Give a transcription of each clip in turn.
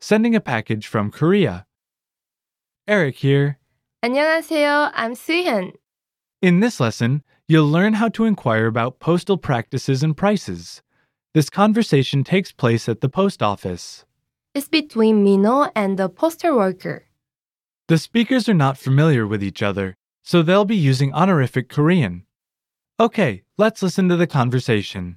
sending a package from Korea. Eric here. 안녕하세요. I'm Suhyun. In this lesson, you'll learn how to inquire about postal practices and prices. This conversation takes place at the post office. It's between Mino and the postal worker. The speakers are not familiar with each other, so they'll be using honorific Korean. Okay, let's listen to the conversation.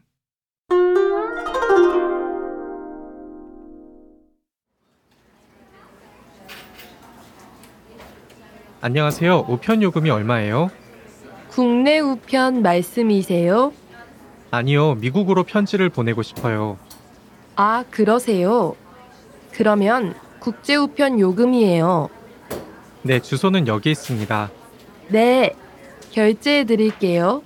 안녕하세요. 우편 요금이 얼마예요? 국내 우편 말씀이세요? 아니요. 미국으로 편지를 보내고 싶어요. 아, 그러세요. 그러면 국제 우편 요금이에요. 네, 주소는 여기 있습니다. 네. 결제해 드릴게요.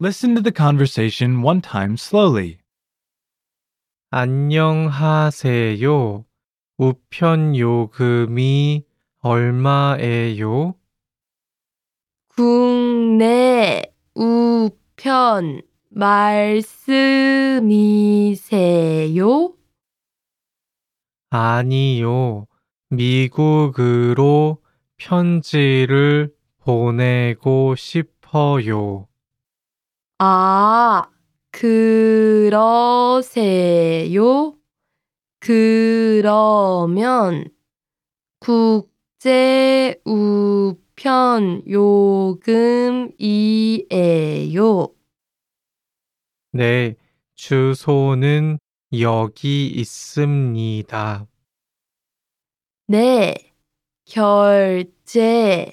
Listen to the conversation one time slowly. 안녕하세요. 우편 요금이 얼마예요? 국내 우편 말씀이세요? 아니요. 미국으로 편지를 보내고 싶어요. 아, 그러세요? 그러면 국제 우편 요금이에요. 네, 주소는 여기 있습니다. 네, 결제해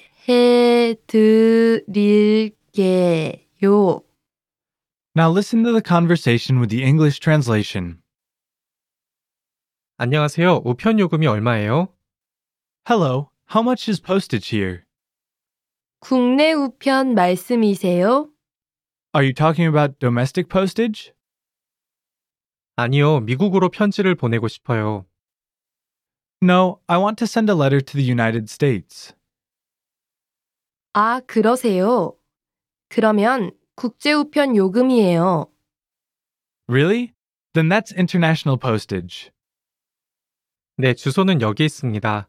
드릴게요. Now listen to the conversation with the English translation. 안녕하세요. 우편 요금이 얼마예요? Hello, how much is postage here? 국내 우편 말씀이세요? Are you talking about domestic postage? 아니요. 미국으로 편지를 보내고 싶어요. No, I want to send a letter to the United States. 아, 그러세요? 그러면 국제 우편 요금이에요. Really? Then that's international postage. 네, 주소는 여기 있습니다.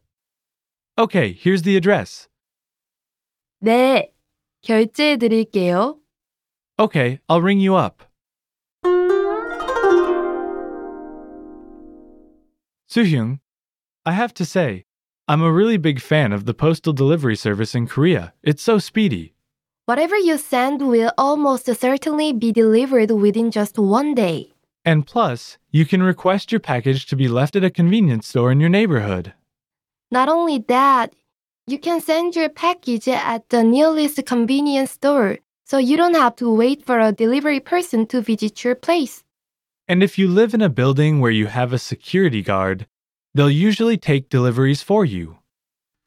Okay, here's the address. 네, 결제해 드릴게요. Okay, I'll ring you up. Suhyung, I have to say, I'm a really big fan of the postal delivery service in Korea. It's so speedy. Whatever you send will almost certainly be delivered within just one day. And plus, you can request your package to be left at a convenience store in your neighborhood. Not only that, you can send your package at the nearest convenience store, so you don't have to wait for a delivery person to visit your place. And if you live in a building where you have a security guard, they'll usually take deliveries for you.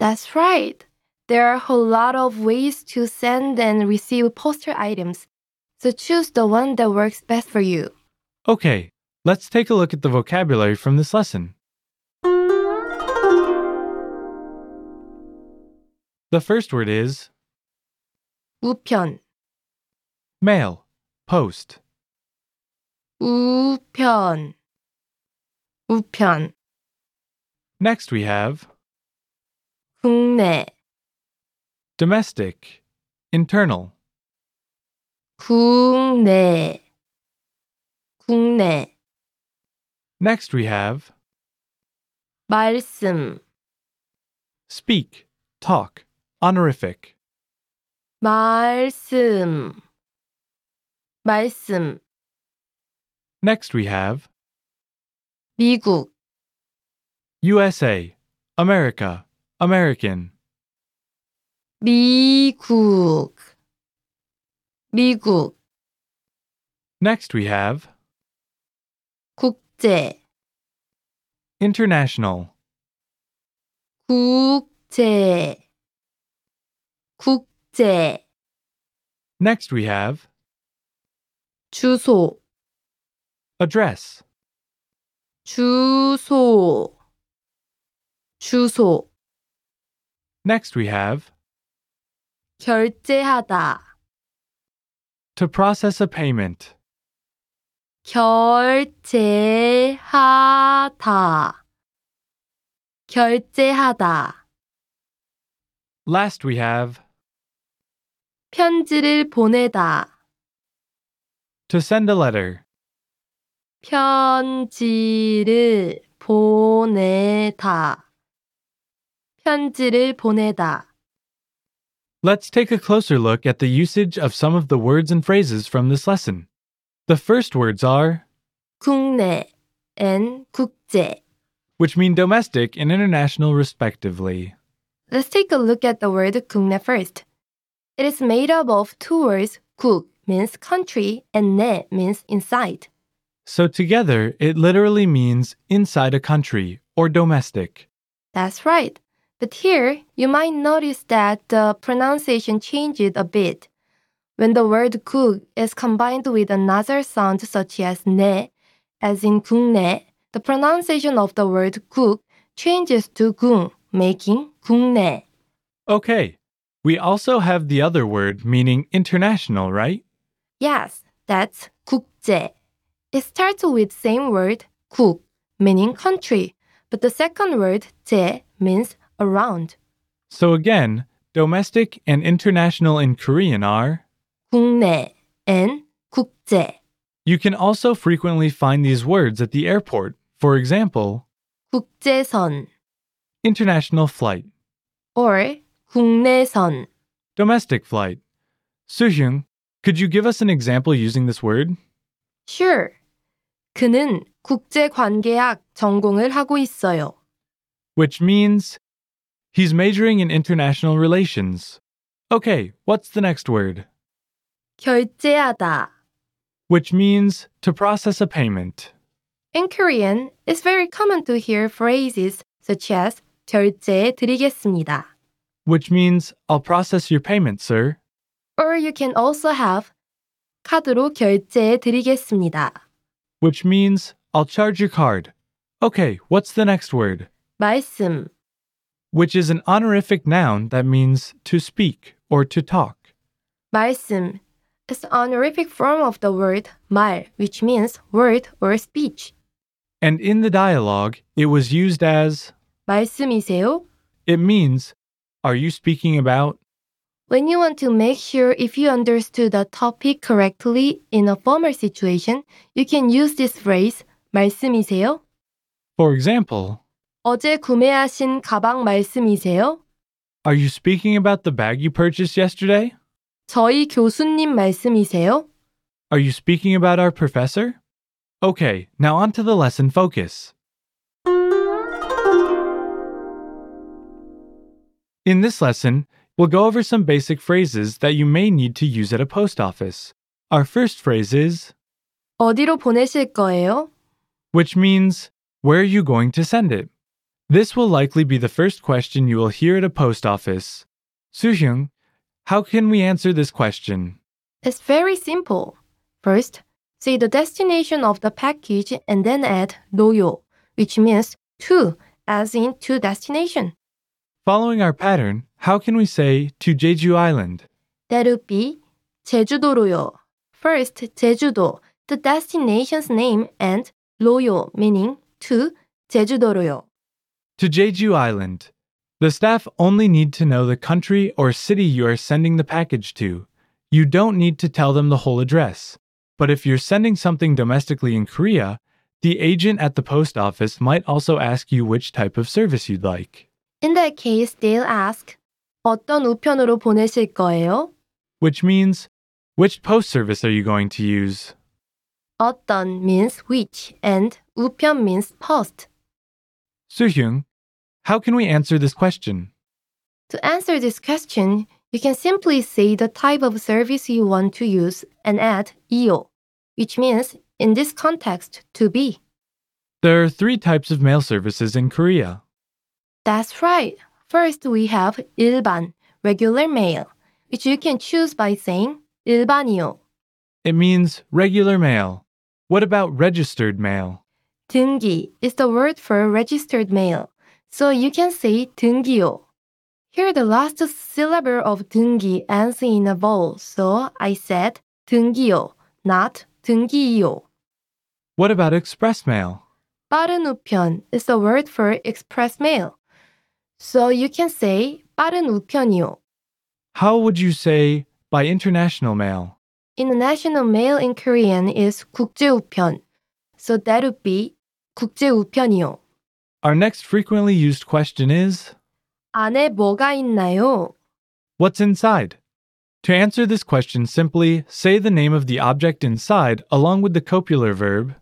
That's right. There are a whole lot of ways to send and receive postal items, so choose the one that works best for you. Okay, let's take a look at the vocabulary from this lesson. The first word is 우편, mail, post. 우편, 우편, Next we have 국내, domestic, internal. 국내, 국내, Next we have 말씀, speak, talk, honorific. 말씀, 말씀, Next we have 미국, USA, America, American. 미국, 미국, Next we have 국제, international. 국제, 국제, Next we have 주소, address. 주소, 주소, Next we have 결제하다, to process a payment. 결제하다. 결제하다. Last we have 편지를 보내다. to send a letter. 편지를 보내다. 편지를 보내다. Let's take a closer look at the usage of some of the words and phrases from this lesson. The first words are, 국내 and 국제. which mean domestic and international respectively. Let's take a look at the word 국내 first. It is made up of two words, 국 means country and 내 means inside. So together, it literally means inside a country or domestic. That's right. But here, you might notice that the pronunciation changes a bit. When the word 국 is combined with another sound such as 내, as in 국내, the pronunciation of the word 국 changes to gung, making 국내. Okay. We also have the other word meaning international, right? Yes, that's 국제. It starts with same word 국, meaning country, but the second word 제 means around. So again, domestic and international in Korean are. 국내 and 국제. You can also frequently find these words at the airport. For example, 국제선 international flight, or 국내선. domestic flight. Suhyung, could you give us an example using this word? Sure. 그는 국제관계학 전공을 하고 있어요. Which means he's majoring in international relations. Okay, what's the next word? 결제하다. Which means to process a payment. In Korean, it's very common to hear phrases such as 결제해 드리겠습니다. which means I'll process your payment, sir. Or you can also have 카드로 결제해 드리겠습니다. Which means I'll charge your card. Okay, what's the next word? 말씀, Which is an honorific noun that means to speak or to talk. 말씀 is the honorific form of the word 말, which means word or speech. And in the dialogue, it was used as 말씀이세요? it means, are you speaking about? When you want to make sure if you understood the topic correctly in a formal situation, you can use this phrase 말씀이세요? For example, 어제 구매하신 가방 말씀이세요? are you speaking about the bag you purchased yesterday? 저희 교수님 말씀이세요? Are you speaking about our professor? Okay, now on to the lesson focus. In this lesson, we'll go over some basic phrases that you may need to use at a post office. Our first phrase is, 어디로 보내실 거예요? which means, where are you going to send it? This will likely be the first question you will hear at a post office. Suhyung, how can we answer this question? It's very simple. First, say the destination of the package and then add 노요, which means to, as in to destination. Following our pattern, how can we say to Jeju Island? That would be 제주도로요. First, 제주도, the destination's name, and 로요, meaning to, 제주도로요. To Jeju Island. The staff only need to know the country or city you are sending the package to. You don't need to tell them the whole address. But if you're sending something domestically in Korea, the agent at the post office might also ask you which type of service you'd like, In that case, they'll ask, 어떤 우편으로 보내실 거예요? which means, which post service are you going to use? 어떤 means which and 우편 means post. Suhyung, how can we answer this question? To answer this question, you can simply say the type of service you want to use and add io, which means in this context to be. There are three types of mail services in Korea. That's right. First we have 일반, regular mail, which you can choose by saying 일반이요. It means regular mail. What about registered mail? 등기 is the word for registered mail, so you can say 등기요. Here the last syllable of 등기 ends in a vowel, so I said 등기요, not 등기요. What about express mail? 빠른 우편 is a word for express mail. So you can say 빠른 우편이요. How would you say by international mail? International mail in Korean is 국제 우편. So that would be 국제 우편이요. Our next frequently used question is 안에 뭐가 있나요? What's inside? To answer this question simply, say the name of the object inside along with the copular verb.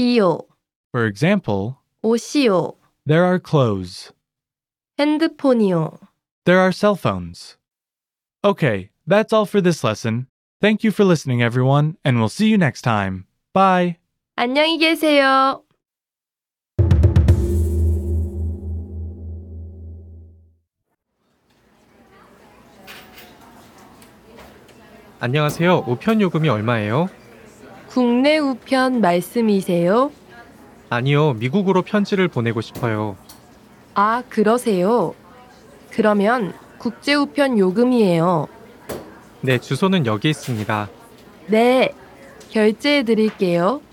이요, For example, 옷이요, there are clothes, 핸드폰이요. there are cell phones. Okay, that's all for this lesson. Thank you for listening, everyone, and we'll see you next time. Bye. 안녕히 계세요. 안녕하세요. 우편 요금이 얼마예요? 국내 우편 말씀이세요? 아니요. 미국으로 편지를 보내고 싶어요. 아, 그러세요. 그러면 국제 우편 요금이에요. 네, 주소는 여기 있습니다. 네, 결제해 드릴게요.